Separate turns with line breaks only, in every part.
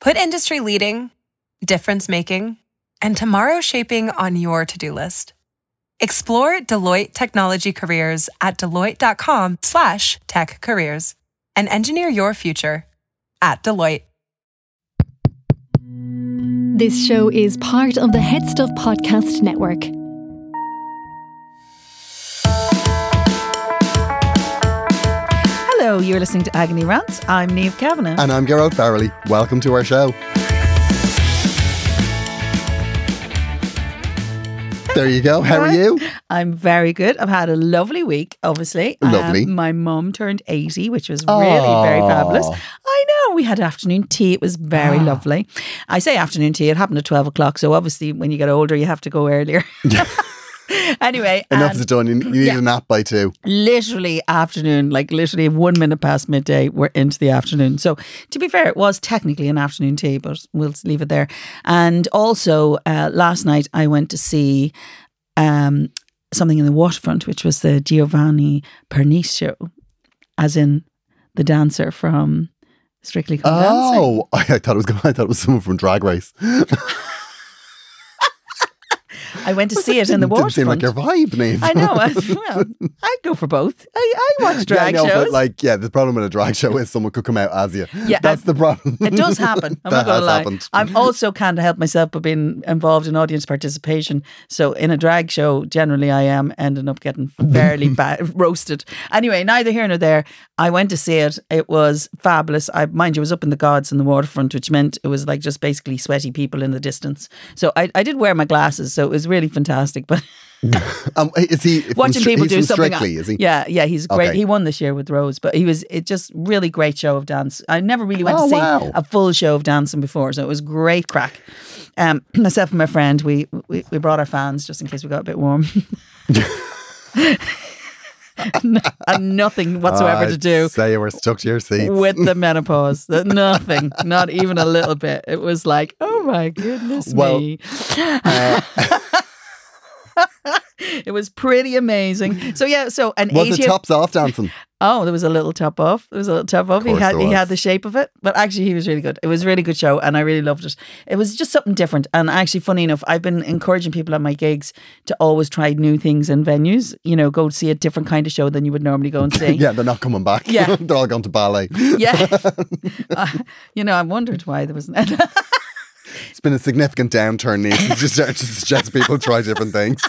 Put industry leading, difference making, and tomorrow shaping on your to do list. Explore Deloitte technology careers at deloitte.com slash tech careers and engineer your future at Deloitte.
This show is part of the Head Stuff Podcast Network.
Hello, you're listening to Agony Rants. I'm Neve Kavanagh.
And I'm Gerald Farrelly. Welcome to our show. There you go. How are you?
I'm very good. I've had a lovely week, obviously. Um,
Lovely.
my mum turned 80, which was really very fabulous.
Aw. Ah.
I know. We had afternoon tea. It was very lovely. I say afternoon tea. It happened at 12 o'clock. So obviously, when you get older, you have to go earlier. anyway, um,
Enough
and
is done. You you need a nap by two.
literally afternoon, like literally one minute past midday, we're into the afternoon. So to be fair, it was technically an afternoon tea, but we'll leave it there. And also, uh, last night I went to see um, something in the waterfront, which was the Giovanni Pernice show, as in the dancer from Strictly Come Dancing.
Oh, I, I thought it was I thought it was someone from Drag Race.
I went to see it in the
Didn't seem like
waterfront.
your vibe, Neve.
I know. I, well, I go for both. I, I watch drag
yeah, I know,
shows.
but like, yeah, the problem with a drag show is someone could come out as you.
Yeah,
that's
I-
the problem.
It does happen. I'm not
that
going
has
to lie.
happened.
I'm also can't help myself but being involved in audience participation. So in a drag show, generally I am ending up getting fairly ba- roasted. Anyway, neither here nor there. I went to see it. It was fabulous. I mind you, it was up in the gods in the waterfront, which meant it was like just basically sweaty people in the distance. So I, I did wear my glasses, so it was really fantastic. But
Um, is he from
watching
Stri-
people
he's
do
from
something.
Strictly, is he?
Yeah, yeah, he's great.
Okay.
He won this year with Rose, but he was it just really great show of dance. I never really went
Oh,
to see
wow.
a full show of dancing before, so it was great crack. Um, myself and my friend, we, we we brought our fans just in case we got a bit warm. and nothing whatsoever
I'd
to do
Say you were stuck to your seats.
with the menopause. Nothing, not even a little bit. It was like, oh my goodness
Well, uh,
me. it was pretty amazing. So yeah, so an
was
80th
it tops off dancing?
Oh, there was a little top off. There was a little top off. He
course
had
there
he had
was.
the shape of it, but actually he was really good. It was a really good show, and I really loved it. It was just something different, and actually, funny enough, I've been encouraging people at my gigs to always try new things in venues. You know, go see a different kind of show than you would normally go and see.
Yeah, they're not coming back.
Yeah.
they're all gone to ballet.
yeah. Uh, you know, I wondered why there wasn't.
It's been a significant downturn, Neve. since you started to suggest people try different things.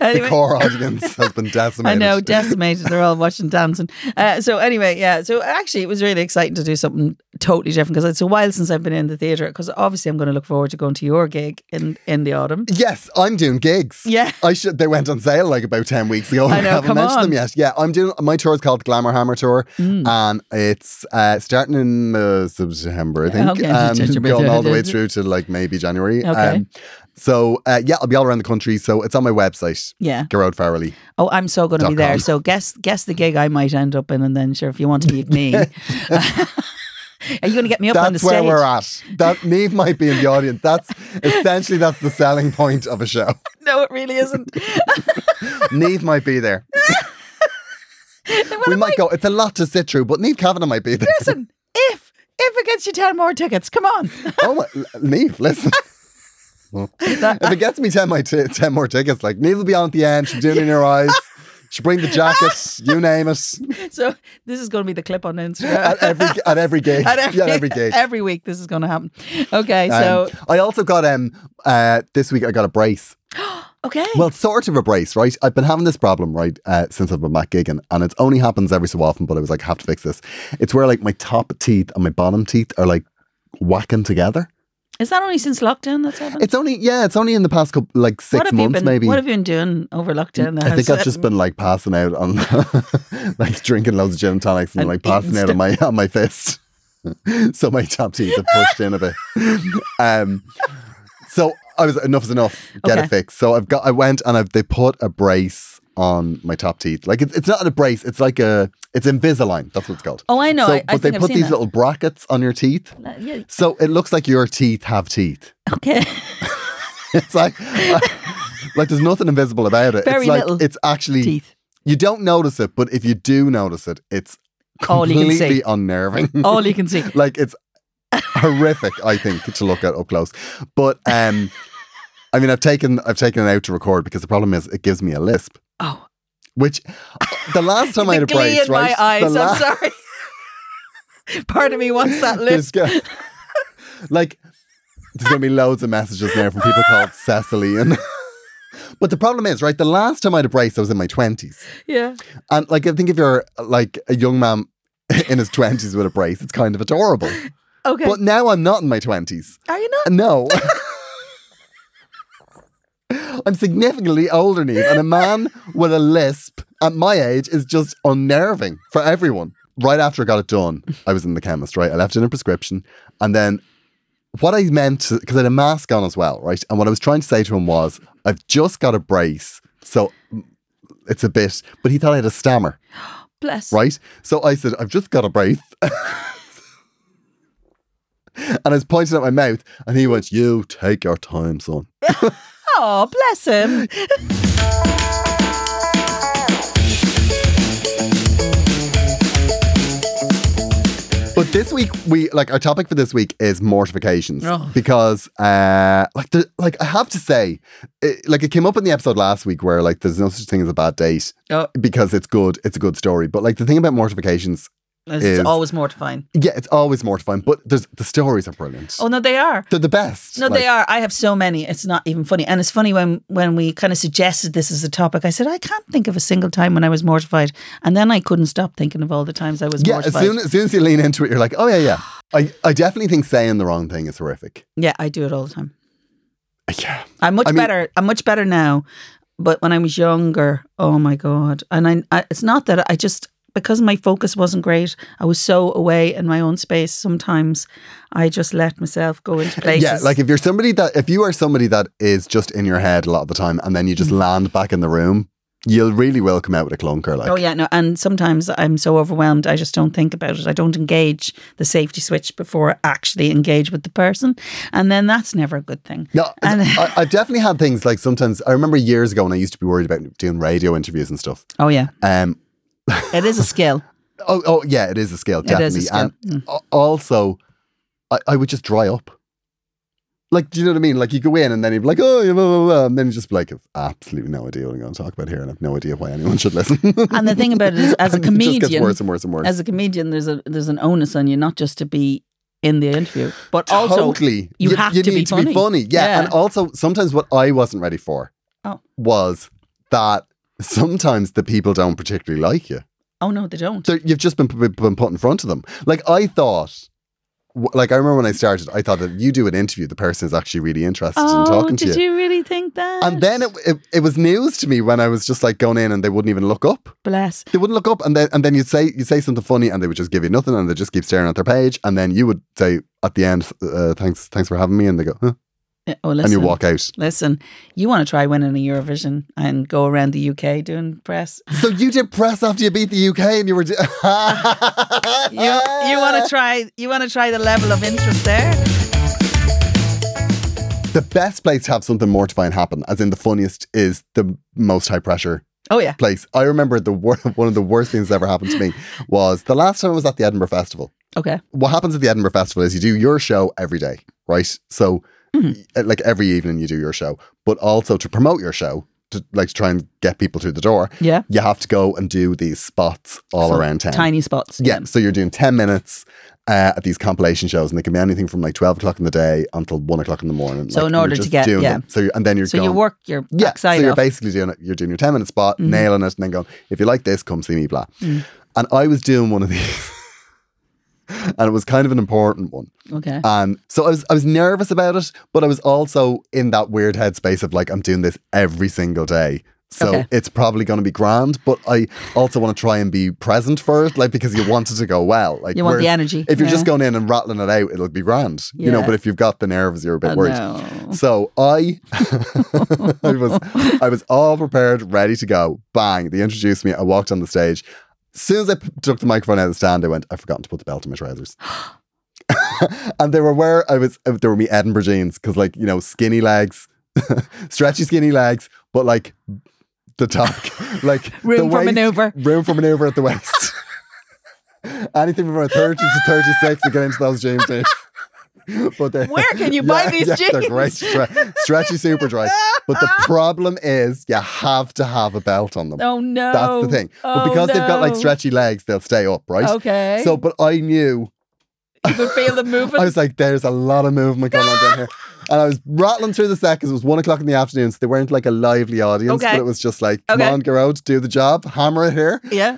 Anyway.
The core audience has been decimated.
I know, decimated. They're all watching dancing. Uh, so anyway, yeah. So actually, it was really exciting to do something totally different because it's a while since I've been in the theatre. Because obviously, I'm going to look forward to going to your gig in in the autumn.
Yes, I'm doing gigs.
Yeah.
I should. They went on sale like about ten weeks ago.
I
and
know,
haven't
come
mentioned
on. Mm.
them yet. Yeah, I'm doing my tour is called Glamour Hammer Tour, and it's uh, starting in uh, September, I think,
Okay.
and going all the way through to like maybe January. Um,
Okay.
so uh, yeah, I'll be all around the country. So it's on my website.
Yeah.
Gerard Farrelly.
Oh, I'm so going to be
Dot com.
there. So guess guess the gig I might end up in, and then sure, if you want to meet me, are you going to get me up on the
That's
stage?
where we're at. That Neve might be in the audience. That's essentially that's the selling point of a show.
No, it really isn't.
Neve might be there. we might go. It's a lot to sit through, but Neve Kavanagh might be there.
Listen, if if it gets you ten more tickets, come on.
oh, my, l- Neve, listen. if it gets me 10, my t- 10 more tickets, like Neve will be on at the end. She's doing it in her eyes. She'll bring the jackets, you name it.
So this is going to be the clip on Instagram.
At every, at every gig.
At every,
yeah, at every gig.
every week, this is going to happen. Okay,
Um,
so
I also got um uh this week I got a brace.
okay,
Well, sort of a brace, right? I've been having this problem, right, uh, since I've been back gigging, and it only happens every so often. But I was like, I have to fix this. It's where like my top teeth and my bottom teeth are like whacking together.
is that only since lockdown that's happened?
It's only yeah, it's only in the past couple like
what
six
have you
months
been,
maybe. Mm,
What have you been doing over lockdown? that
I think
has-
I've just been like passing out on like drinking loads of gin and tonics and,
And
like
eating
passing out on my on my fist. so my top teeth have pushed in a bit. Um, so I was enough is enough. Get
Okay.
it fixed. So I've got. I went and I've, they put a brace on my top teeth. Like it's it's not a brace. It's like a it's Invisalign. That's what it's called.
Oh, I know.
So,
I- I
but they
think I've
put
seen
these
that.
little brackets on your teeth,
yeah,
so it looks like your teeth have teeth.
okay.
It's like. Like there's nothing invisible about it.
Very
it's like
little
it's actually
Teeth.
you don't notice it, but if you do notice it, it's
All you can
completely
see.
unnerving.
All you can see.
like it's horrific i think to look at up close but um i mean i've taken i've taken it out to record because the problem is it gives me a lisp
Oh.
which uh, the last time i had
the
a
glee
brace
in
right
my eyes.
the
I'm sorry. Pardon me. What's that list?
there's go- like there's gonna be loads of messages now from people called cecily and but the problem is right the last time i had a brace i was in my 20s
Yeah.
and like i think if you're like a young man in his 20s with a brace it's kind of adorable
Okay.
but now i'm not in my 20s
Are you not?
No. I'm significantly older, Neve, and a man with a lisp at my age is just unnerving for everyone. Right after I got it done, I was in the chemist, right? I left in a prescription. And then what I meant to, because I had a mask on as well, right? And what I was trying to say to him was, I've just got a brace. So mm, it's a bit, but he thought I had a stammer,
Bless.
right? So I said, I've just got a brace. and I was pointing at my mouth, and he went, You take your time, son.
Oh, bless him.
But this week, we like our topic for this week is mortifications
Oh.
because, uh, like, the, like I have to say, it, like it came up in the episode last week where like there's no such thing as a bad date
Oh,
because it's good, it's a good story. But like the thing about mortifications,
it's
Is-
always mortifying.
yeah, it's always mortifying, but there's the stories are brilliant.
Oh no, they are.
They're the best.
No,
Like,
they are. I have so many. It's not even funny. And it's funny when when we kind of suggested this as a topic. I said I can't think of a single time when I was mortified, and then I couldn't stop thinking of all the times I was
Yeah, as
mortified.
soon, as soon as you lean into it, you're like, oh yeah, yeah. I, I definitely think saying the wrong thing is horrific.
yeah, I do it all the time.
Yeah.
I'm much
I mean-
better. I'm much better now, but when I was younger, oh my god! And I, I it's not that I just because my focus wasn't great. I was so away in my own space. Sometimes I just let myself go into places.
Yeah, like if you're somebody that if you are somebody that is just in your head a lot of the time and then you
Mm.
just land back in the room, you'll really will come out with a clunker like
oh yeah, no. And sometimes I'm so overwhelmed, I just don't think about it. I don't engage the safety switch before I actually engage with the person, and then that's never a good thing.
No,
And-
I, I've definitely had things like sometimes I remember years ago when I used to be worried about doing radio interviews and stuff.
Oh yeah,
Um,
it is a skill.
oh, oh yeah, it is a skill,
It
definitely.
is a skill.
And a- also, I, I would just dry up. Like, do you know what I mean? Like, you go in and then you'd be like, oh, yeah, blah, blah, blah. And then you just be like, I've absolutely no idea what I'm going to talk about here. And I've no idea why anyone should listen.
And the thing about it is, as a
And it just gets
comedian-
worse and worse and worse.
Mm. As a comedian, there's a there's an onus on you not just to be in the interview, but also
totally.
you have to be
need to
funny.
be funny. Yeah.
Yeah.
And also sometimes what I wasn't ready for
Oh.
was that sometimes the people don't particularly like you.
oh no, they don't.
So you've just been, been put in front of them. Like I thought w- like I remember when I started, I thought that you do an interview, the person is actually really interested in talking to
Oh, did
you.
you really think that?
And then it, it it was news to me when I was just like going in and they wouldn't even look up.
bless.
They wouldn't look up, and then and then you'd say you would say something funny, and they would just give you nothing, and they just keep staring at their page, and then you would say at the end, uh, "Thanks, thanks for having me," and they go, huh?
Yeah, Oh, listen.
and you walk out.
Listen, you want to try winning a Eurovision and go around the UK doing press.
So you did press after you beat the UK, and you were. Do-
You, you want to try. You want to try the level of interest there.
The best place to have something mortifying happen, as in the funniest, is the most high pressure
Oh yeah.
place. I remember the wor- one of the worst things that ever happened to me was the last time I was at the Edinburgh Festival.
Okay.
what happens at the Edinburgh Festival is you do your show every day, right? So, uh, like every evening, you do your show, but also to promote your show, to like to try and get people through the door,
Yeah.
you have to go and do these spots all around town.
Tiny spots.
Yeah, so you're doing 10 minutes uh, at these compilation shows, and they can be anything from like 12 o'clock in the day until 1 o'clock in the morning.
So
like,
in
you're
order to
just
get-
doing
yeah.
them. So you and then you're
So you
going-
work your
yeah, so
backside
you're
off. Mm-hmm.
basically doing it. You're doing your ten minute spot, nailing it, and then going, if you like this, come see me, blah.
Mm.
And I was doing one of these, and it was kind of an important one.
okay.
And Um, so I was, I was nervous about it, but I was also in that weird headspace of like, I'm doing this every single day, So
Okay.
it's probably going to be grand, but I also want to try and be present for it, like because you want it to go well. Like
You want the
whereas
energy,
If you're
yeah.
just going in and rattling it out, it'll be grand, you know.
Yeah.
But if you've got the nerves, you're a bit
Oh,
worried.
no.
So I, I was, I was all prepared, ready to go. Bang! They introduced me. I walked on the stage. As soon as I p- took the microphone out of the stand, I went, "I've forgotten to put the belt in my trousers." and they were where I was. They were me Edinburgh jeans because, like, you know, skinny legs, stretchy skinny legs, but like the top, like the
Room for
waist-
maneuver.
room for maneuver at the waist. Anything from about thirty to thirty-six to get into those jeans. Dave. But they-
Where can you buy these
They're
jeans?
great, stre- stretchy super dries. But the problem is, you have to have a belt on them.
Oh no.
That's the thing.
Oh,
but because they've got like
no.
stretchy legs, they'll stay up, right?
Okay.
So, but I knew
you could feel them moving.
I was like, there's a lot of movement going on down here. And I was rattling through the set because it was one o'clock in the afternoon, so they weren't like a lively audience,
Okay.
but it was just like, come
Okay.
on, Garrod, do the job, hammer it here.
yeah.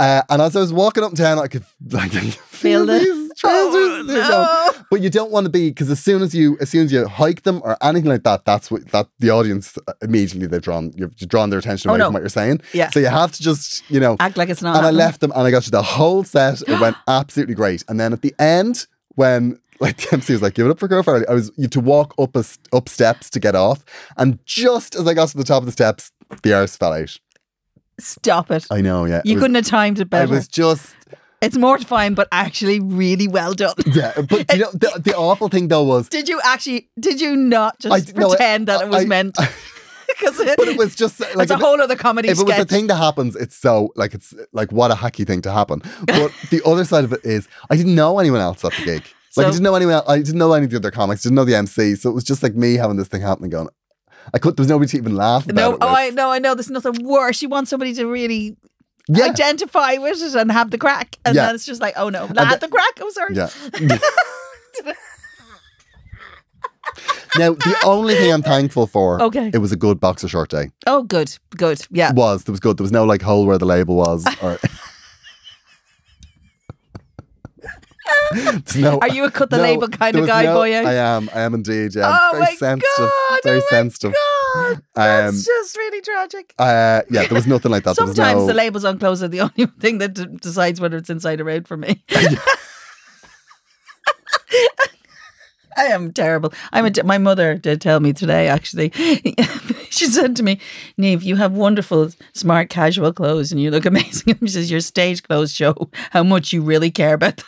Uh, and as I was walking up town, I could like feel
the- Oh,
these trousers. They're going- But you don't want to be because as soon as you as soon as you hike them or anything like that, that's what that the audience uh, immediately they've drawn you've drawn their attention
Oh,
away
no.
from what you're saying.
Yeah. Um,
So you have to just you know
Act like it's not.
and I
happening.
left them and I got to the whole set. It went absolutely great. And then at the end, when like the MC was like, give it up for Girl Farley, I was you had to walk up a, s- up steps to get off. And just as I got to the top of the steps, the arse fell out.
Stop it.
I know, yeah.
you
it was,
couldn't have timed it
I
better.
was just
it's mortifying, but actually really well done.
yeah, but you know the, the awful thing though was
Did you actually? Did you not just
I- no, I-
pretend that it was
I-
meant? Because
but it was just like
it's a
if-
whole other comedy
if it was
sketch.
a thing that happens, it's so like it's like what a hacky thing to happen. But the other side of it is, I didn't know anyone else at the gig. Like
So-
I didn't know anyone. Else, I didn't know any of the other comics. Didn't know the MC. So it was just like me having this thing happening. Going, I could. There was nobody to even laugh about
no,
it.
oh,
with.
I no, I know. There's nothing worse. You want somebody to really
yeah,
identify with it and have the crack, and
Yeah.
then it's just like, oh no, not
the-
the crack. I'm sorry.
yeah. now the only thing I'm thankful for,
Okay.
it was a good boxer short day.
Oh, good, good. Yeah,
was. There was good. There was no like hole where the label was. Or There's no,
Are you a cut the label kinda
there was
guy, boyo?
I am. I am indeed. Yeah.
Oh
I'm very
my
sensitive.
God,
Very
oh my
sensitive. Um,
God, that's just really tragic.
uh, yeah, there was nothing like that. There was
Sometimes
no-
the labels on clothes are the only thing that d- decides whether it's inside or out for me. I am terrible. I'm a t- my mother did tell me today, actually. she said to me, Neve, you have wonderful, smart, casual clothes and you look amazing. she says, Your stage clothes show how much you really care about that.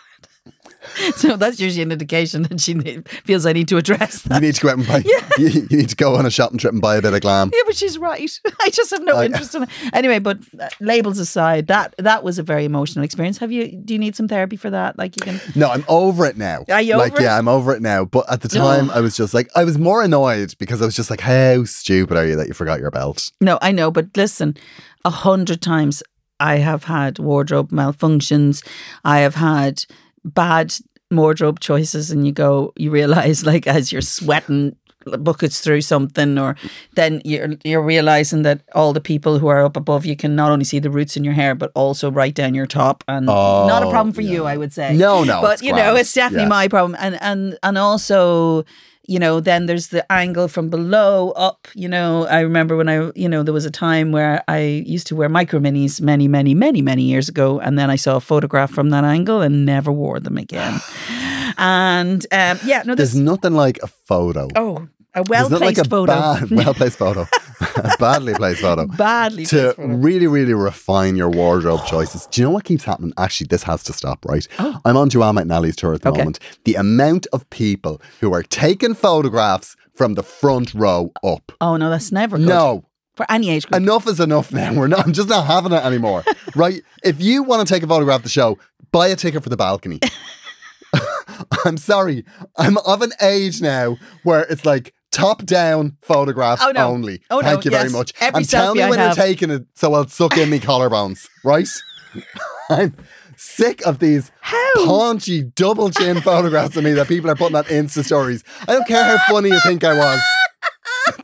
so that's usually an indication that she ne- feels I need to address that.
You need to go out and buy. you, you need to go on a shopping trip and buy a bit of glam.
Yeah, but she's right. I just have no
I-
interest in it. Anyway, but uh, labels aside, that that was a very emotional experience. Have you? Do you need some therapy for that? Like you can.
No, I'm over it now.
Are you
like,
over it?
yeah, I'm over it now. But at the time, I was just like, I was more annoyed because I was just like, how stupid are you that you forgot your belt?
No, I know, but listen, a hundred times I have had wardrobe malfunctions. I have had bad wardrobe choices, and you go, you realize, like as you're sweating buckets through something, or then you're you're realizing that all the people who are up above you can not only see the roots in your hair, but also right down your top, and not a
Oh,
problem for
yeah.
you, I would say.
No, no,
but
Oh, it's
you know,
grand.
it's definitely
Yeah.
my problem, and and and also you know, then there's the angle from below up. You know, I remember when I, you know, there was a time where I used to wear micro minis many, many, many, many years ago. And then I saw a photograph from that angle and never wore them again. and um, yeah, no,
There's
there's,
nothing like a photo.
oh, a well placed
There's
photo.
not like a Bad, well placed photo, a badly placed photo.
Badly
to
placed photo.
really, really refine your wardrobe choices. Do you know what keeps happening? Actually, this has to stop, right? I'm on Joanne McNally's tour at the
Oh. Okay.
moment. The amount of people who are taking photographs from the front row up.
Oh, no, that's never good.
No,
For any age group.
enough is enough now. We're not, I'm just not having it anymore, right? If you want to take a photograph of the show, buy a ticket for the balcony. I'm sorry. I'm of an age now where it's like top down photographs
Oh, no.
only.
Oh, no,
Thank you very
yes.
much.
Every
and tell
selfie
me
I
when
have.
you're taking it so I'll suck in me collarbones, right? I'm sick of these paunchy double chin photographs of me that people are putting on Insta stories. I don't care how funny you think I was.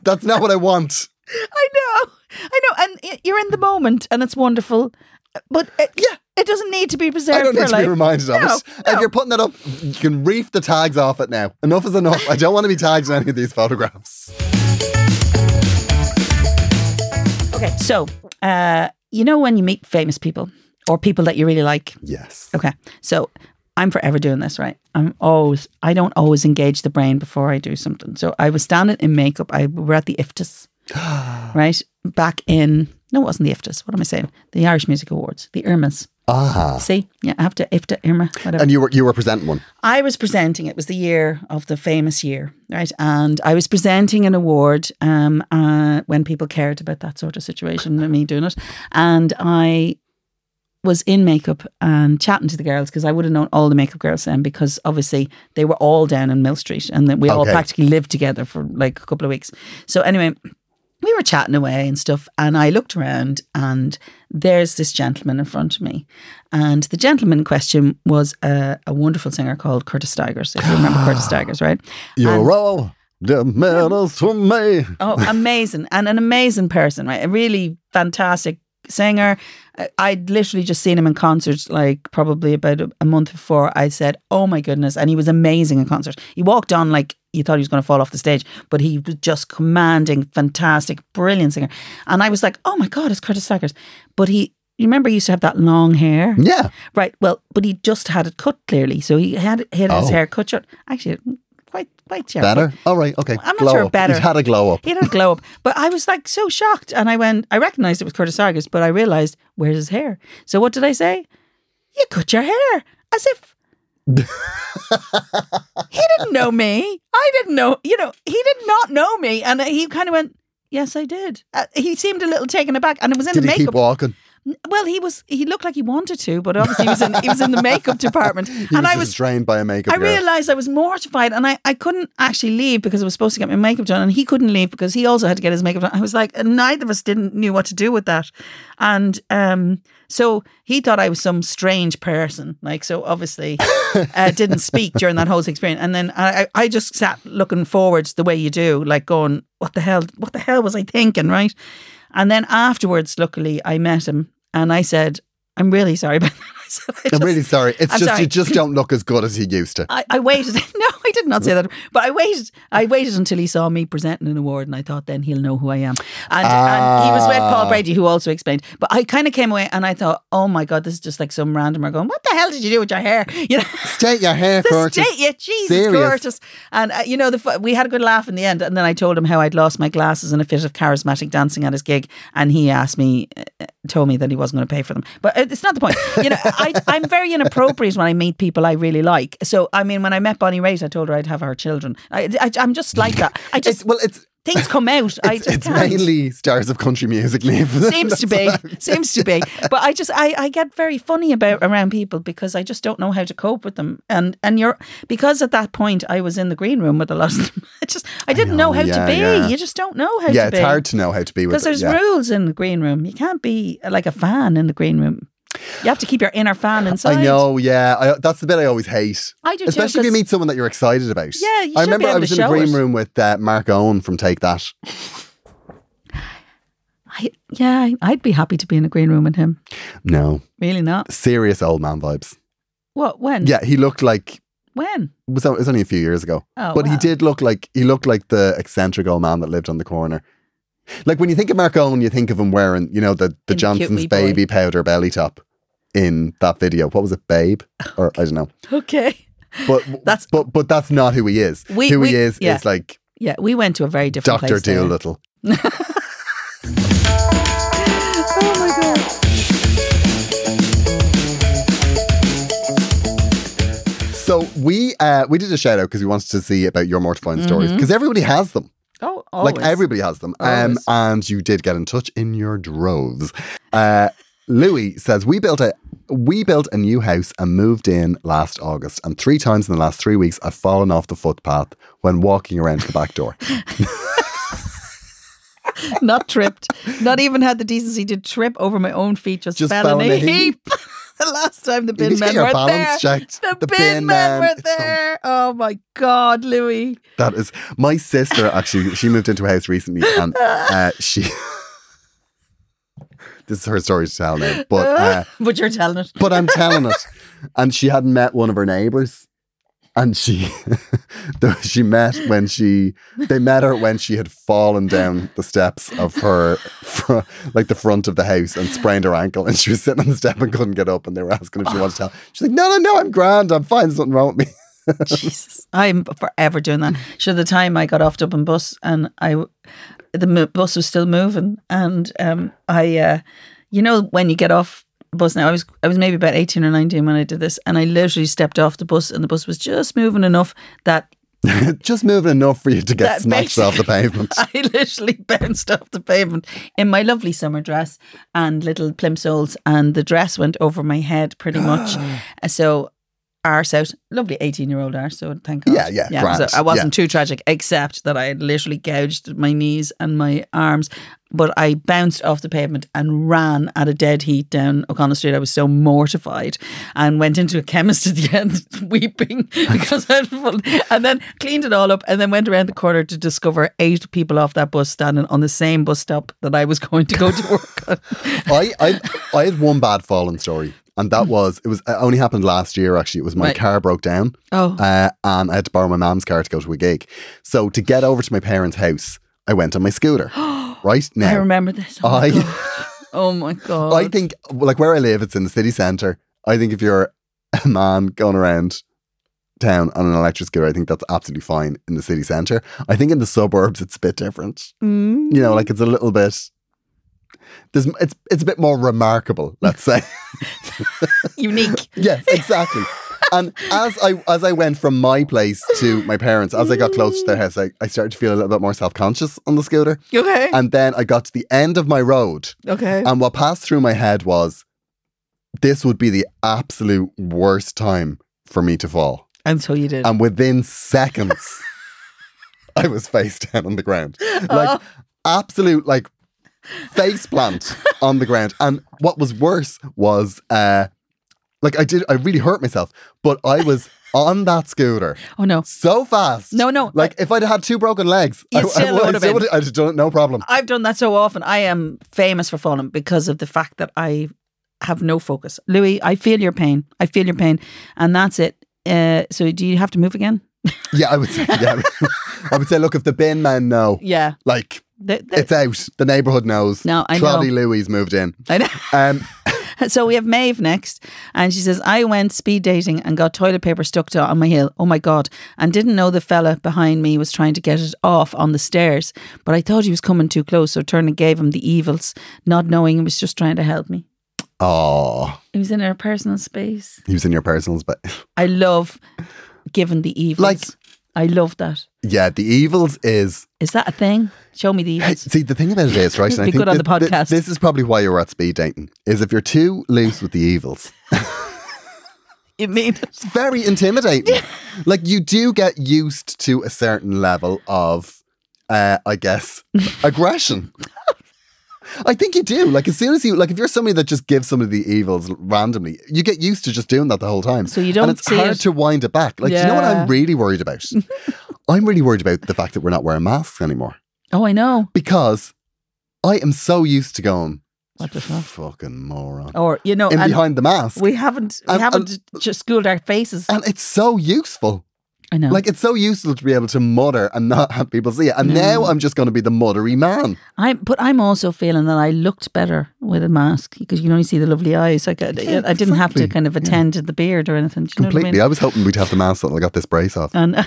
That's not what I want.
I know. I know. And y- you're in the moment and it's wonderful. But it, yeah, it doesn't need to be preserved
I don't
for
need to
life.
be reminded of
No,
it. If you're putting it up, you can reef the tags off it now. Enough is enough. I don't want to be tagged in any of these photographs.
Okay. So, uh, you know when you meet famous people or people that you really like.
Yes.
Okay. So I'm forever doing this, right? I'm always I don't always engage the brain before I do something. So I was standing in makeup. I we were at the IFTAS, right? Back in no, it wasn't the IFTAS. What am I saying? The Irish Music Awards, the Irmas.
Ah.
See, yeah, I have to IFTA Irma, whatever.
And you were you were presenting one.
I was presenting. It was the year of the famous year, right? And I was presenting an award um, uh, when people cared about that sort of situation and me doing it. And I was in makeup and chatting to the girls because I would have known all the makeup girls then because obviously they were all down in Mill Street and then we all
Okay.
practically lived together for like a couple of weeks. So anyway, we were chatting away and stuff, and I looked around, and there's this gentleman in front of me. And the gentleman in question was a, a wonderful singer called Curtis Stigers, if you remember Curtis Stigers, right? Um,
You're all the medals for me.
Oh, amazing. And an amazing person, right? A really fantastic singer. I- I'd literally just seen him in concert like probably about a, a month before. I said, oh my goodness. And he was amazing in concert. He walked on like you thought he was going to fall off the stage, but he was just commanding, fantastic, brilliant singer. And I was like, oh my God, it's Curtis Stigers. But he, you remember he used to have that long hair?
Yeah.
Right. Well, but he just had it cut clearly. So he had, he had his
Oh.
hair cut short. Actually, mm, quite, quite terrible.
Better. All right. Okay.
I'm not
glow
sure
up.
better.
He's had a glow up.
He had a glow up. But I was like so shocked. And I went, I recognized it was Curtis Argus, but I realized, where's his hair? So what did I say? You cut your hair. As if. he didn't know me. I didn't know, you know, he did not know me. And he kind of went, Yes, I did. Uh, he seemed a little taken aback. And it was in
Did
the
he keep
makeup.
walking?
well, he was, he looked like he wanted to, but obviously he was in, he was in the makeup department.
He
and
was
I
just
was
drained by a makeup.
I
girl.
realized I was mortified and I, I couldn't actually leave because I was supposed to get my makeup done and he couldn't leave because he also had to get his makeup done. I was like, and neither of us didn't knew what to do with that. And um, so he thought I was some strange person. Like, so obviously uh, didn't speak during that whole experience. And then I, I I just sat looking forwards the way you do, like going, what the hell, what the hell was I thinking, right? And then afterwards, luckily, I met him and I said, I'm really sorry about that. I said, "I
I'm
just-
really sorry. It's
I'm
just
sorry.
you just don't look as good as you used to.
I, I waited. No, I did not say that. But I waited. I waited until he saw me presenting an award, and I thought then he'll know who I am. And, and he was with Paul
Ah.
Brady, who also explained. But I kind of came away and I thought, oh my god, this is just like some randomer going, "What the hell did you do with your hair?" You know.
State your hair,
This
Curtis.
date, yeah, Jesus
Serious.
Curtis, and uh, you know the fu- we had a good laugh in the end, and then I told him how I'd lost my glasses in a fit of charismatic dancing at his gig, and he asked me, uh, told me that he wasn't going to pay for them, but uh, it's not the point. You know, I, I'm very inappropriate when I meet people I really like. So I mean, when I met Bonnie Raitt, I told her I'd have her children. I, I, I'm just like that. I just
It's, well, it's
things come out. I
it's,
just
it's
can't
mainly stars of country music, Niamh.
seems to be seems to be but i just I, I get very funny about around people because i just don't know how to cope with them and and you're because at that point i was in the green room with a lot of them i just i didn't know,
know,
how to
yeah,
be
yeah.
you just don't know how
yeah,
to be
it's hard to know how to be with
because
it,
there's
yeah.
rules in the green room you can't be like a fan in the green room you have to keep your inner fan inside
I know, yeah. I, that's the bit I always hate.
I do too,
Especially if you
'cause-
meet someone that you're excited about.
Yeah, you should be
I remember
able
I was
to
in a
show
green
it.
room with uh, Mark Owen from Take That.
I, yeah i'd be happy to be in a green room with him
No,
really not
serious old man vibes.
what when
Yeah, he looked like
when
it was, it was only a few years ago,
Oh,
but he
wow.
did look like he looked like the eccentric old man that lived on the corner. Like when you think of Mark Owen, you think of him wearing, you know, the, the
In the cute
Johnson's
wee boy.
baby powder belly top in that video. What was it, Babe? Or I don't know.
okay
But
That's-
that's but but that's not who he is.
We-
who he
we-
is
yeah.
is like
yeah we went to a very different
Doctor
place there.
Doolittle.
oh my god
So we uh, we did a shout out because we wanted to see about your mortifying stories because everybody has them.
Oh, Mm-hmm. always.
Like everybody has them. Um,
Always.
and you did get in touch in your droves. Uh, Louis says we built a we built a new house and moved in last August. And three times in the last three weeks, I've fallen off the footpath when walking around to the back door.
not tripped, not even had the decency to trip over my own feet. Just,
Just
fell, in a heap. the last time the
You
bin
need to get
men
your
were there.
balance checked.
The,
The
bin, men,
bin man.
were
It's so-
there. Oh my God, Louis.
That is my sister. Actually, she moved into a house recently, and uh, she. this is her story to tell now, but. Uh,
But you're telling it.
but I'm telling it. And she hadn't met one of her neighbours. and she the- she met when she they met her when she had fallen down the steps of her fr- like the front of the house and sprained her ankle and she was sitting on the step and couldn't get up and they were asking if she wanted to help. She's like, no, no, no, I'm grand, I'm fine, there's nothing wrong with me.
Jesus, I'm forever doing that. Sure, the time I got off Dublin bus and I, w- the mo- bus was still moving, and um, I, uh, you know, when you get off a bus now, I was I was maybe about eighteen or nineteen when I did this, and I literally stepped off the bus, and the bus was just moving enough that
Just moving enough for you to get
That
snatched off the pavement.
I literally bounced off the pavement in my lovely summer dress and little plimsolls, and the dress went over my head pretty much. Uh, so arse out, lovely eighteen-year-old arse. So thank God.
Yeah, yeah, grand,
so I wasn't too tragic, except that I had literally gouged my knees and my arms. But I bounced off the pavement and ran at a dead heat down O'Connell Street. I was so mortified and went into a chemist at the end weeping because I and then cleaned it all up and then went around the corner to discover eight people off that bus standing on the same bus stop that I was going to go to work on.
I, I I had one bad fallen story, and that was it was it only happened last year. Actually, it was my
Right.
car broke down,
Oh.
uh, and I had to borrow my mom's car to go to a gig. So to get over to my parents' house, I went on my scooter. right now,
I remember this. Oh my
I-
god. Oh my god.
I think like where I live, it's in the city centre. I think if you're a man going around town on an electric scooter, I think that's absolutely fine in the city centre. I think in the suburbs, it's a bit different.
Mm.
You know, like it's a little bit. There's, it's it's a bit more remarkable, let's say.
unique.
Yes, exactly. and as I as I went from my place to my parents, as I got close to their house, I, I started to feel a little bit more self conscious on the scooter.
Okay.
And then I got to the end of my road,
okay.
and what passed through my head was, this would be the absolute worst time for me to fall.
And so you did.
And within seconds, I was face down on the ground,
Oh.
like absolute like face plant on the ground. And what was worse was, uh, like I did, I really hurt myself, but I was on that scooter
oh no.
so fast.
No, no.
Like if I'd had two broken legs,
You still
would-
would've been.
would've- I'd have done it no problem.
I've done that so often. I am famous for falling because of the fact that I have no focus. Louis, I feel your pain. I feel your pain. And that's it. Uh, so do you have to move again?
Yeah, I would. Say, yeah, I would say, look, if the bin men know,
Yeah.
like
The- the-
it's out. The neighborhood knows.
No, I know.
Claudie Louise moved in.
I know.
Um,
So we have Maeve next, and she says, I went speed dating and got toilet paper stuck to on my heel. Oh my God. And didn't know the fella behind me was trying to get it off on the stairs, but I thought he was coming too close. So turned and gave him the evils, not knowing he was just trying to help me.
oh,
He was in our personal space.
he was in your personals, but
I love giving the evils.
Like-
I love that.
yeah, the evils is.
Is that a thing? Show me the evils.
See, the thing about it is, right?
Be
and
good on
thi-
the
thi-
podcast.
this is probably why you're at speed dating. Is if you're too loose with the evils,
You mean
it's very intimidating. like you do get used to a certain level of, uh, I guess, aggression. I think you do. Like as soon as you like, if you're somebody that just gives somebody the evils randomly, you get used to just doing that the whole time.
So you don't
And it's
see
hard
it.
to wind it back. Like, do you know what
Yeah.
I'm really worried about? I'm really worried about the fact that we're not wearing masks anymore
Oh, I know.
because I am so used to going.
What the fuck?
Fucking moron!
Or you know,
in
and
behind the mask,
we haven't we
And-
haven't just schooled our faces.
and it's so useful.
I know.
Like it's so useful to be able to mutter and not have people see it. And
Mm.
now I'm just going to be the muttery man.
I but I'm also feeling that I looked better with a mask because you can only see the lovely eyes. Like I, I didn't have to
exactly.
kind of attend to the beard or anything. Do you
Completely.
Know
I was hoping we'd have the mask until I got this brace off.
what I mean? And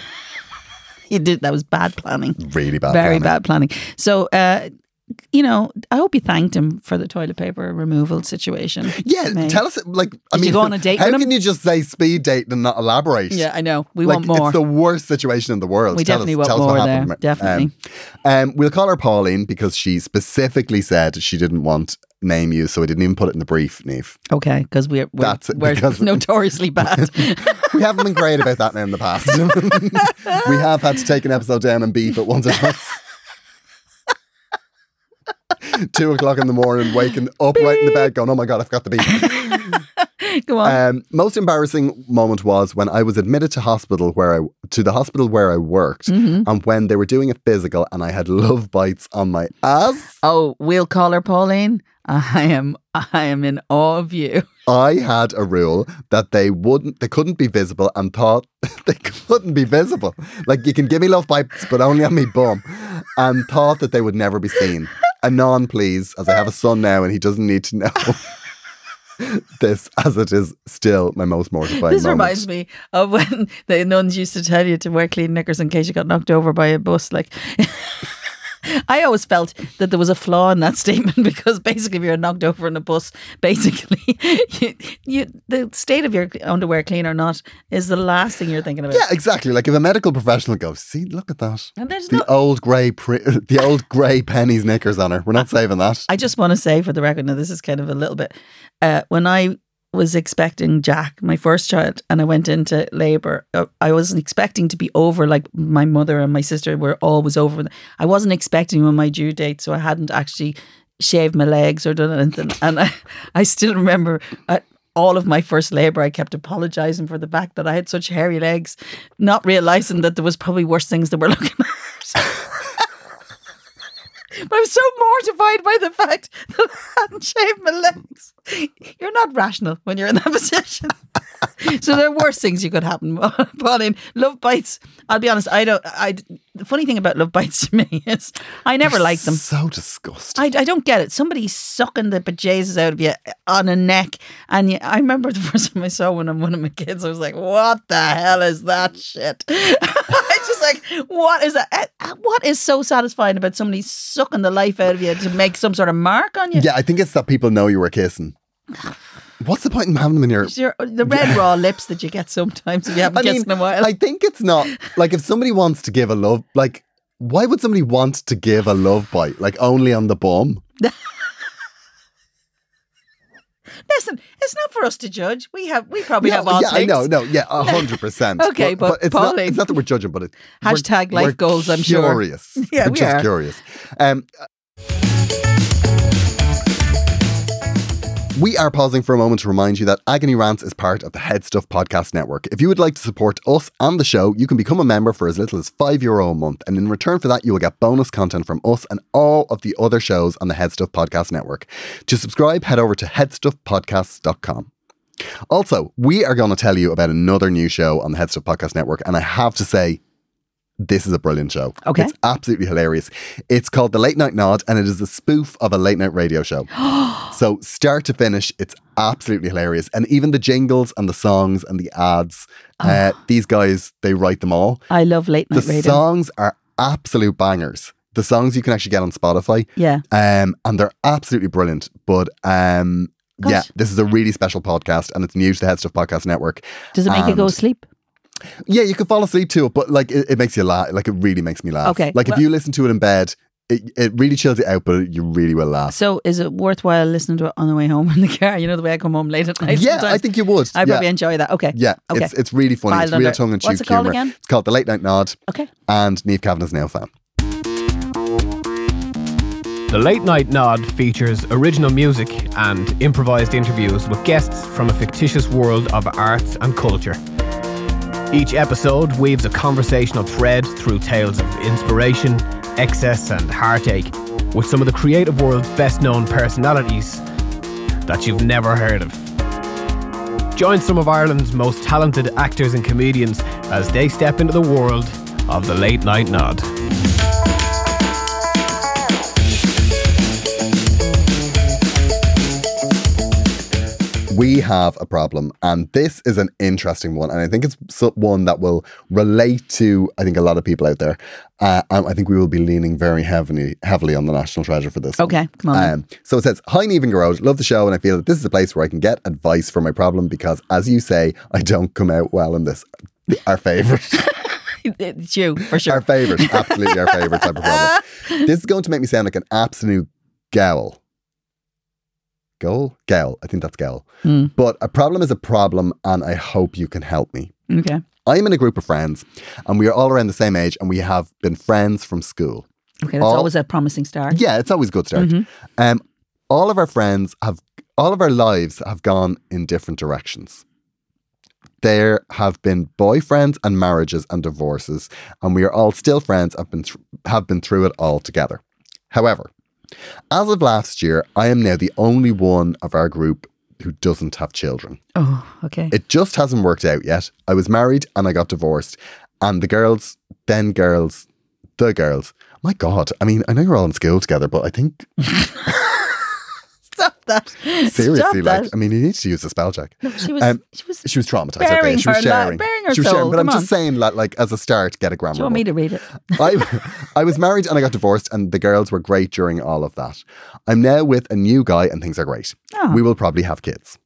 you did. That was bad planning.
Really bad.
Oh, Very
planning.
bad planning. So. uh you know, I hope you thanked him for the toilet paper removal situation.
Yeah,
Mate.
tell us. Like, I
Did you
mean,
go on a date
how
with
can
him?
you just say speed date and not elaborate?
Yeah, I know. We
like,
want more.
It's the worst situation in the world.
We
Tell
definitely
us,
want
tell us what
more
happened.
there. Definitely.
Um, um, we'll call her Pauline because she specifically said she didn't want name use, so I didn't even put it in the brief, Neve.
Okay, because we're we're,
That's it,
we're
because-
notoriously bad.
We haven't been great about that now in the past. we have had to take an episode down and beep it once or twice. Two o'clock in the morning, waking up right in the bed, going, "Oh my god, I forgot the beep."
Go on.
Um, most embarrassing moment was when I was admitted to hospital where I to the hospital where I worked,
Mm-hmm.
and when they were doing a physical, and I had love bites on my ass.
oh, we'll call her Pauline. I am I am in awe of you.
I had a rule that they wouldn't, they couldn't be visible, and thought they couldn't be visible. Like you can give me love bites, but only on me bum, and thought that they would never be seen. Anon, please, as I have a son now, and he doesn't need to know this, as it is still my most mortifying.
This
moment.
reminds me of when the nuns used to tell you to wear clean knickers in case you got knocked over by a bus. Like, I always felt that there was a flaw in that statement because basically, if you're knocked over in a bus, basically, you, you the state of your underwear, clean or not, is the last thing you're thinking about.
Yeah, exactly. Like if a medical professional goes, see, look at that.
And there's
The
no.
old grey, pri- the old grey pennies knickers on her. We're not saving that.
I just want to say for the record, now this is kind of a little bit. Uh, when I was expecting Jack, my first child, and I went into labor, uh, I wasn't expecting to be over like my mother and my sister were always over. I wasn't expecting on my due date, so I hadn't actually shaved my legs or done anything. And I, I still remember. uh all of my first labor, I kept apologizing for the fact that I had such hairy legs, not realizing that there was probably worse things that were looking at. But I'm so mortified by the fact that I hadn't shaved my legs. You're not rational when you're in that position. so there are worse things you could happen, Pauline. Love bites. I'll be honest. I don't. I. The funny thing about love bites to me is I never liked them.
So disgusting.
I, I don't get it. Somebody sucking the bejesus out of you on a neck, and you, I remember the first time I saw one on one of my kids, I was like, "What the hell is that shit?" I just like, "What is that? eh, eh, What is so satisfying about somebody sucking the life out of you to make some sort of mark on you?"
Yeah, I think it's that people know you were kissing. What's the point in having them in your?
It's your- the red raw lips that you get sometimes if you haven't
I
kissed
mean,
in a while.
I think it's not like if somebody wants to give a love, like why would somebody want to give a love bite, like only on the bum?
Listen, it's not for us to judge. We have, we probably have all
yeah, I
things.
know, no, yeah, a hundred percent.
Okay, but
it's not,
Pauline-
it's not that we're judging, but it,
Hashtag life goals, I'm sure.
Curious,
Yeah,
we're
we
just
are.
curious. Um, We are pausing for a moment to remind you that Agony Rants is part of the Head Stuff Podcast Network. If you would like to support us and the show, you can become a member for as little as €5 Euro a month. And in return for that, you will get bonus content from us and all of the other shows on the Head Stuff Podcast Network. To subscribe, head over to headstuffpodcasts.com. Also, we are going to tell you about another new show on the Head Stuff Podcast Network. And I have to say, this is a brilliant show.
Okay.
It's absolutely hilarious. It's called The Late Night Nod, and it is a spoof of a late night radio show. so, start to finish, it's absolutely hilarious. And even the jingles and the songs and the ads, uh, these guys, they write them all.
I love late
The
night radio.
songs are absolute bangers. The songs you can actually get on Spotify,
yeah.
um, and they're absolutely brilliant. But um,
Gosh.
yeah, this is a really special podcast, and it's new to the Head Stuff Podcast Network.
Does it make you go
And-
sleep?
Yeah, you can fall asleep to it, but like it, it makes you laugh. Like it really makes me laugh.
Okay,
Like
well-
if you listen to it in bed, it, it really chills you out, but you really will laugh.
So is it worthwhile listening to it on the way home in the car? You know the way I come home late at night.
yeah,
sometimes?
I think you would.
I
yeah.
probably enjoy that. Okay.
yeah,
Okay.
it's it's really funny.
Filed
it's real
under-
tongue and cheek
what's it called
humor.
again?
It's called the Late Night Nod,
Okay.
and Neve Kavanagh's now fan.
The Late Night Nod features original music and improvised interviews with guests from a fictitious world of arts and culture. Each episode weaves a conversational thread through tales of inspiration, excess, and heartache, with some of the creative world's best known personalities that you've never heard of. Join some of Ireland's most talented actors and comedians as they step into the world of the Late Night Nod.
We have a problem, and this is an interesting one, and I think it's so- one that will relate to I think a lot of people out there. Uh, and I think we will be leaning very heavily heavily on the national treasure for this. one.
Okay, come on.
Um, so it says, Hi, Neve and Garage. Love the show, and I feel that this is a place where I can get advice for my problem because, as you say, I don't come out well in this. Our favorite.
it's you for
our
sure.
favorite. Absolutely our favorite type of problem. This is going to make me sound like an absolute gowl. Goal? Gowl. I think that's gowl.
Hmm.
But a problem is a problem, and I hope you can help me.
Okay.
I'm in a group of friends, and we are all around the same age, and we have been friends from school.
Okay. That's
All-
always a promising start.
Yeah, it's always a good start.
Mhm.
Um, all of our friends have, all of our lives have gone in different directions. There have been boyfriends and marriages and divorces, and we are all still friends. Have been thr- have been through it all together. However, As of last year, I am now the only one of our group who doesn't have children.
Oh, okay.
It just hasn't worked out yet. I was married and I got divorced. And the girls, then girls, the girls. My God. I mean, I know you're all in school together, but I think
Stop that.
seriously,
Stop
like,
that.
I mean, you need to use a spell check.
she was.
um,
she was. Do
She was traumatized.
Bearing
okay, she was
her li-
sharing.
bearing her
she was
soul,
sharing. But I'm
come on.
just saying, like, like, as a start, get a grammar.
you want
book.
me to read it?
I, I was married and I got divorced, and the girls were great during all of that. I'm now with a new guy, and things are great.
Oh.
We will probably have kids.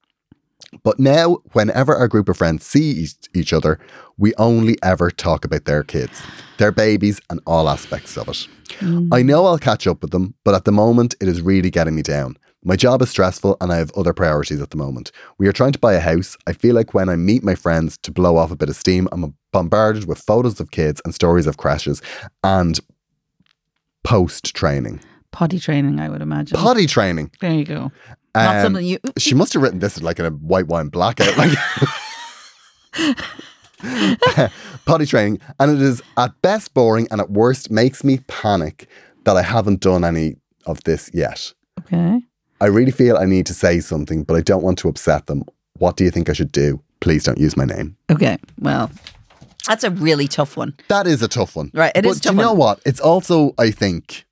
But now, whenever our group of friends see each, each other, we only ever talk about their kids, their babies, and all aspects of it. I know I'll catch up with them, but at the moment, it is really getting me down. My job is stressful and I have other priorities at the moment. We are trying to buy a house. I feel like when I meet my friends to blow off a bit of steam, I'm bombarded with photos of kids and stories of crashes and post training.
Potty training, I would imagine.
Potty training.
There you go. Not
Um,
something you.
She must have written this like in a white wine blackout. Like potty training. And it is at best boring and at worst makes me panic that I haven't done any of this yet.
Okay.
I really feel I need to say something, but I don't want to upset them. What do you think I should do? Please don't use my name.
Okay. Well, that's a really tough one.
That is a tough one.
Right, it
but
is a
do
tough
you know
one.
what? It's also, I think,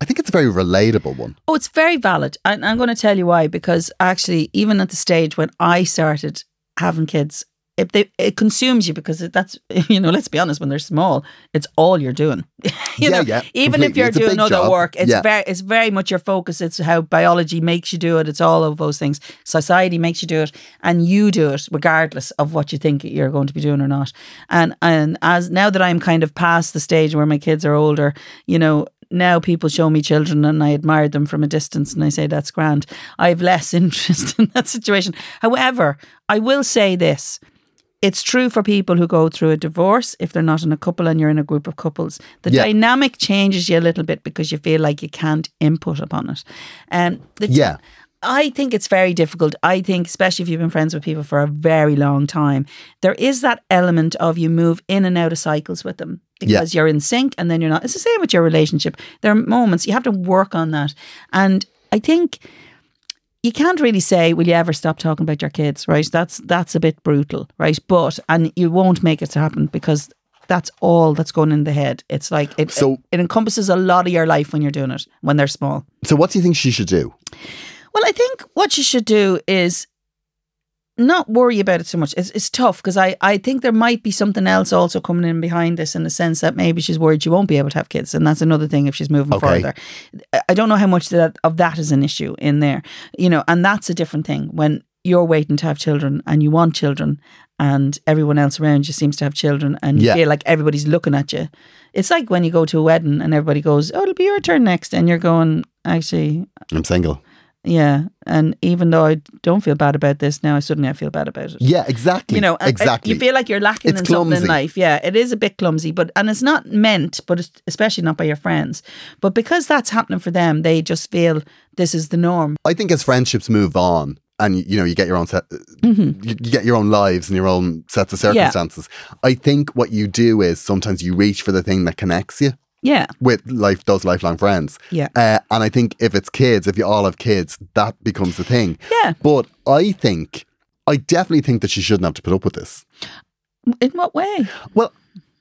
I think it's a very relatable one.
Oh, it's very valid. And I'm going to tell you why, because actually, even at the stage when I started having kids, it, they, it consumes you because it, that's, you know, let's be honest, when they're small, it's all you're doing. you
Yeah,
know,
yeah,
even if
completely.
you're
It's a
doing
big
other
job.
work, it's
Yeah.
very, it's very much your focus. It's how biology makes you do it. It's all of those things. Society makes you do it, and you do it regardless of what you think you're going to be doing or not. And and as now that I'm kind of past the stage where my kids are older, you know. Now people show me children and I admire them from a distance and I say that's grand. I have less interest in that situation. However, I will say this it's true for people who go through a divorce if they're not in a couple and you're in a group of couples. The
Yeah.
dynamic changes you a little bit because you feel like you can't input upon it. And the
Yeah.
I think it's very difficult. I think, especially if you've been friends with people for a very long time, there is that element of you move in and out of cycles with them because you're in sync and then you're not. It's the same with your relationship. There are moments you have to work on that. And I think you can't really say, "Will you ever stop talking about your kids?" Right? That's that's a bit brutal, right? But and you won't make it happen because that's all that's going in the head. It's like it
So-
it, encompasses a lot of your life when you're doing it when they're small.
So, what do you think she should do?
Well, I think what you should do is not worry about it so much. It's, it's tough because I, I think there might be something else also coming in behind this in the sense that maybe she's worried she won't be able to have kids. And that's another thing if she's moving
Okay.
further. I- I don't know how much that, of that is an issue in there, you know, and that's a different thing when you're waiting to have children and you want children and everyone else around you seems to have children and you
Yeah.
feel like everybody's looking at you. It's like when you go to a wedding and everybody goes, oh, it'll be your turn next. And you're going, actually,
I'm single.
yeah, and even though I don't feel bad about this now, I suddenly I feel bad about it.
Yeah, exactly.
You know, and- and
exactly.
you feel like you're lacking
It's
in something in
clumsy.
life. Yeah, it is a bit clumsy, but and it's not meant, but it's especially not by your friends. But because that's happening for them, they just feel this is the norm.
I think as friendships move on and you know you get your own set you, you get your own lives and your own sets of
Mm-hmm. Yeah.
circumstances i think what you do is sometimes you reach for the thing that connects you
Yeah,
with life those lifelong friends
Yeah.
uh, and i think if it's kids if you all have kids that becomes the thing
Yeah.
but i think i definitely think that she shouldn't have to put up with this
in what way?
well,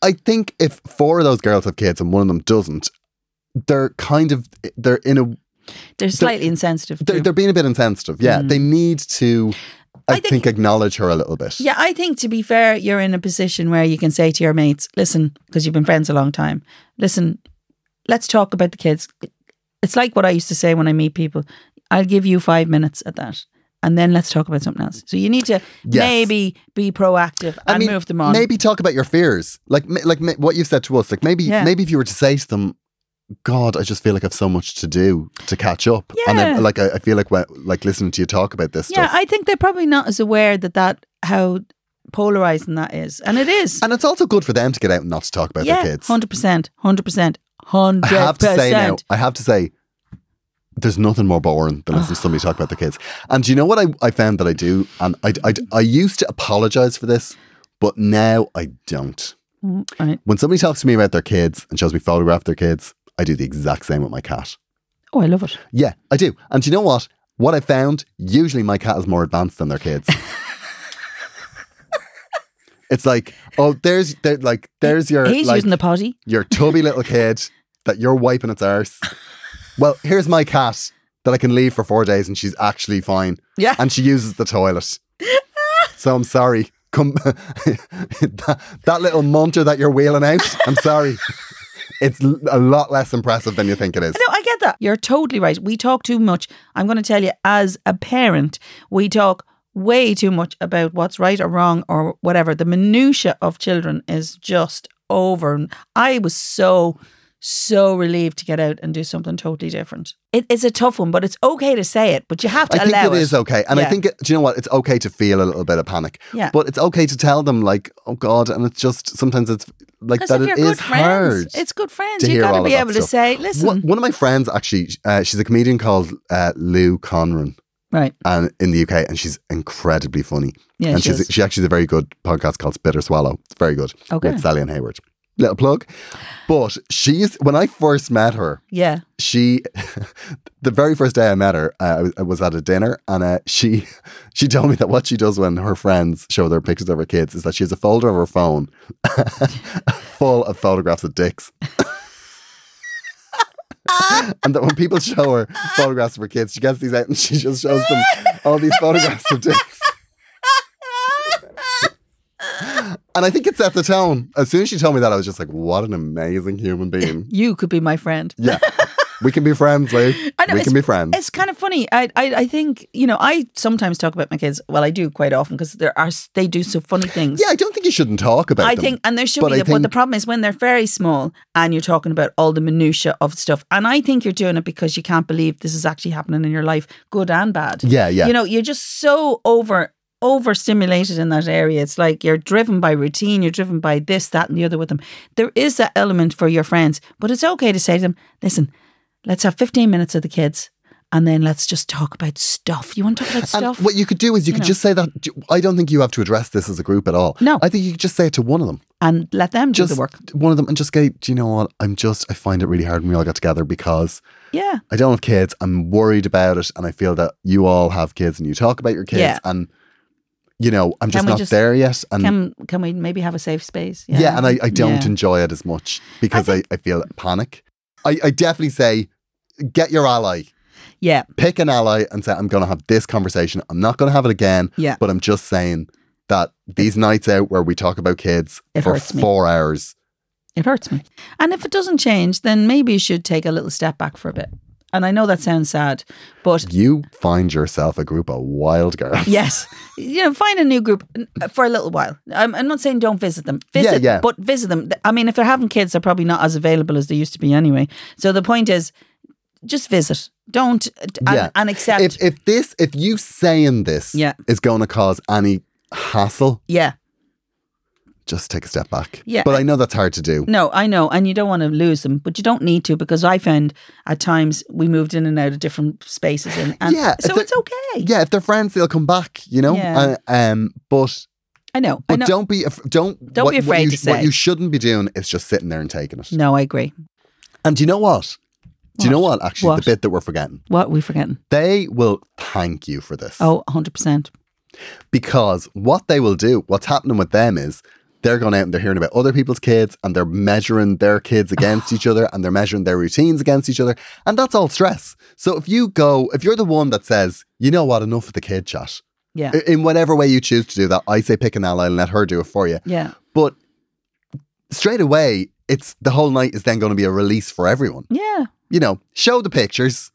I think if four of those girls have kids and one of them doesn't, they're kind of they're in a
They're slightly insensitive.
they're,
too.
they're being a bit insensitive. Yeah, they
Mm.
need to. I,
I think-
think, acknowledge her a little bit.
Yeah, I think to be fair, you're in a position where you can say to your mates, listen, because you've been friends a long time, listen, let's talk about the kids. It's like what I used to say when I meet people I'll give you five minutes at that. And then let's talk about something else. So you need to
Yes.
maybe be proactive and move them on.
Maybe talk about your fears, like ma- like ma- what you've said to us. Like maybe
Yeah.
maybe if you were to say to them, "God, I just feel like I've so much to do to catch up," and
Yeah.
then like I, I feel like when, like listening to you talk about this
yeah,
stuff,
I think they're probably not as aware that that how polarizing that is, and it is.
and it's also good for them to get out and not to talk about
yeah,
their kids.
hundred percent, hundred percent, hundred
I
percent.
have to say now, I have to say, there's nothing more boring than listening to somebody talk about their kids. And do you know what I, I found that I do? And I, I, I used to apologize for this, but now I don't.
Right.
When somebody talks to me about their kids and shows me photograph their kids I do the exact same with my cat.
Oh, I love it.
Yeah, I do. And do you know what? What I found, usually my cat is more advanced than their kids. it's like, oh, there's there, like there's your
He's
er, like,
using the potty.
your tubby little kid that you're wiping its arse. Well, here's my cat that I can leave for four days and she's actually fine.
Yeah.
And she uses the toilet. so I'm sorry. Come that, that little muncher that you're wheeling out, I'm sorry. It's l- a lot less impressive than you think it is.
No, I get that. You're totally right. We talk too much. I'm going to tell you, as a parent, we talk way too much about what's right or wrong or whatever. The minutia of children is just over. And I was so, so relieved to get out and do something totally different. It, it's a tough one, but it's okay to say it. But you have to
I think
allow
it is okay. And I
Yeah.
think, it, do you know what? It's okay to feel a little bit of panic.
Yeah.
But it's okay to tell them, like, oh God. And it's just sometimes it's like
Because
that
if
it
you're
is
good
hard.
friends, it's good friends.
to
You've
hear
got
all
to
of
be
that
able to
stuff.
say, listen.
One, one of my friends actually, uh, she's a comedian called uh, Lou Conran,
Right.
and in the UK, and she's incredibly funny.
Yeah,
and
she
she's
is.
she actually has a very good podcast called Bitter Swallow. It's very good.
Okay.
with Sally and Hayward. Little plug, but she's when I first met her,
Yeah.
she the very first day I met her, uh, I, was, I was at a dinner, and uh, she she told me that what she does when her friends show their pictures of her kids is that she has a folder of her phone full of photographs of dicks. and that when people show her photographs of her kids, she gets these out and she just shows them all these photographs of dicks. And I think it set the tone. As soon as she told me that, I was just like, what an amazing human being.
You could be my friend.
Yeah. We can be friends, Lou.
I know,
we
it's-
can be friends.
It's kind of funny. I, I I think you know I sometimes talk about my kids. Well, I do quite often because there are s- they do so funny things.
Yeah, I don't think you shouldn't talk about
I
them.
think, and there should
But
be.
I
the- but the
think-
problem is when they're very small, and you're talking about all the minutia of stuff. And I think you're doing it because you can't believe this is actually happening in your life, good and bad.
Yeah, yeah.
You know, you're just so over overstimulated in that area. It's like you're driven by routine, you're driven by this, that, and the other with them. There is that element for your friends, but it's okay to say to them, listen, let's have 15 minutes of the kids and then let's just talk about stuff. You want to talk about
and
stuff?
what you could do is you, could just say that. I don't think you have to address this as a group at all.
No.
I think you could just say it to one of them.
and let them do
Just
the work.
one of them and just go, do you know what? I'm just, I find it really hard when we all got together because
Yeah.
I don't have kids. I'm worried about it. And I feel that you all have kids and you talk about your kids.
Yeah.
And, you know, I'm just
we
not
just-
there yet. And
Can can we maybe have a safe space?
Yeah, and I, I don't
Yeah.
enjoy it as much because I, I feel panic. I, I definitely say get your ally.
Yeah.
Pick an ally and say, I'm gonna have this conversation. I'm not gonna have it again.
Yeah.
But I'm just saying that these nights out where we talk about kids
It
for
hurts me.
four hours.
It hurts me. And if it doesn't change, then maybe you should take a little step back for a bit. And I know that sounds sad, but
You find yourself a group of wild girls.
yes, you know, find a new group uh, for a little while. I'm, I'm not saying don't visit them.
Yeah,
Visit,
yeah.
but visit them. Th- I mean, if they're having kids, they're probably not as available as they used to be anyway. So the point is, just visit. Don't uh, d- and,
Yeah.
and accept.
If if this if you saying this
Yeah.
is gonna cause any hassle,
yeah.
just take a step back.
Yeah. Mm.
But I know that's hard to do.
No, I know, and you don't want to lose them, but you don't need to because I found at times we moved in and out of different spaces, and, and
Yeah,
so
the-
it's okay.
Yeah, if they're friends, they'll come back, you know?
Yeah.
Uh, um but
I know. I
But
know.
don't be af- don't
Don't be afraid
you,
to
What
say.
you shouldn't be doing is just sitting there and taking it.
No, I agree.
And do you know what? Do you know what? Actually,
What?
the bit that we're forgetting,
What are we forgetting?
they will thank you for this.
Oh, 100%.
because what they will do, what's happening with them is they're going out and they're hearing about other people's kids and they're measuring their kids against each other and they're measuring their routines against each other. And that's all stress. So if you go, if you're the one that says, you know what, enough of the kid chat,
Yeah.
i- in whatever way you choose to do that, I say pick an ally and let her do it for you.
yeah.
But straight away, it's the whole night is then going to be a release for everyone.
Yeah.
You know, show the pictures.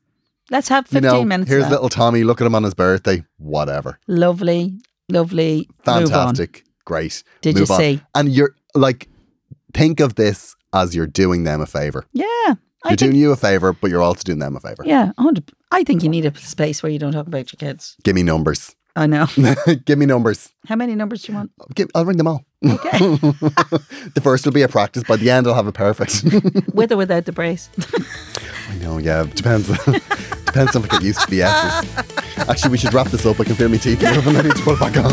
Let's have 15
You know,
minutes.
here's
of that.
little Tommy. Look at him on his birthday. Whatever.
Lovely, lovely. Move on.
Fantastic. Great.
Did you
Move on.
see?
And you're like, think of this as you're doing them a favor.
Yeah.
You're
I
doing
think,
you a favor, but you're also doing them a favor.
yeah. 100. I think you need a space where you don't talk about your kids.
Give me numbers.
I know.
Give me numbers.
How many numbers do you want?
Give, I'll ring them all.
Okay.
the first will be a practice. By the end, I'll have a perfect.
With or without the brace.
I know, yeah. it Depends. depends on if I get used to the S's. Actually, we should wrap this up. I can feel my teeth move and I need to put it back on.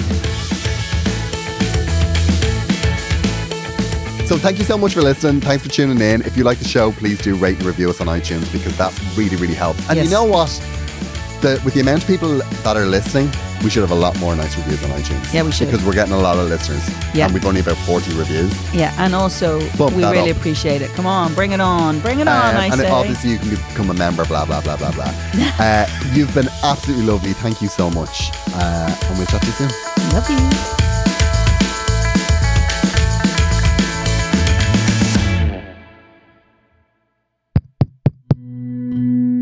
So thank you so much for listening. Thanks for tuning in. If you like the show, please do rate and review us on iTunes because that really, really helps. And
Yes.
you know what? The, with the amount of people that are listening, we should have a lot more nice reviews on iTunes.
Yeah, we should.
Because we're getting a lot of listeners.
Yeah.
And we've only about 40 reviews.
Yeah, and also
Bump
we
that
really
up.
appreciate it. Come on, bring it on, bring it on.
Um,
I
and
say.
obviously, you can become a member, blah, blah, blah, blah, blah. uh, you've been absolutely lovely. Thank you so much. Uh, and we'll chat to you soon.
Love you.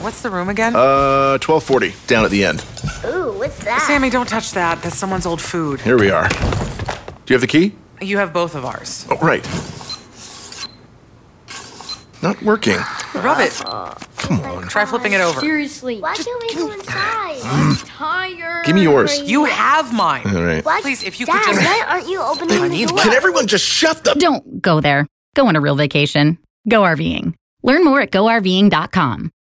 What's the room again?
Uh, 1240, down at the end.
Ooh, what's that?
Sammy, don't touch that. That's someone's old food.
Here we are. Do you have the key?
You have both of ours.
Oh, right. Not working.
Rub it.
Oh. Come on.
Try flipping it over.
Seriously. Why can't we go inside? I'm tired.
Mm, Give me yours.
You have
All
mine.
right.
What?
Please, if you could
Dad,
just-
why aren't you opening the
need-
door?
Can everyone just shut the?
Don't go there. Go on a real vacation. Go RVing. Learn more at GoRVing.com.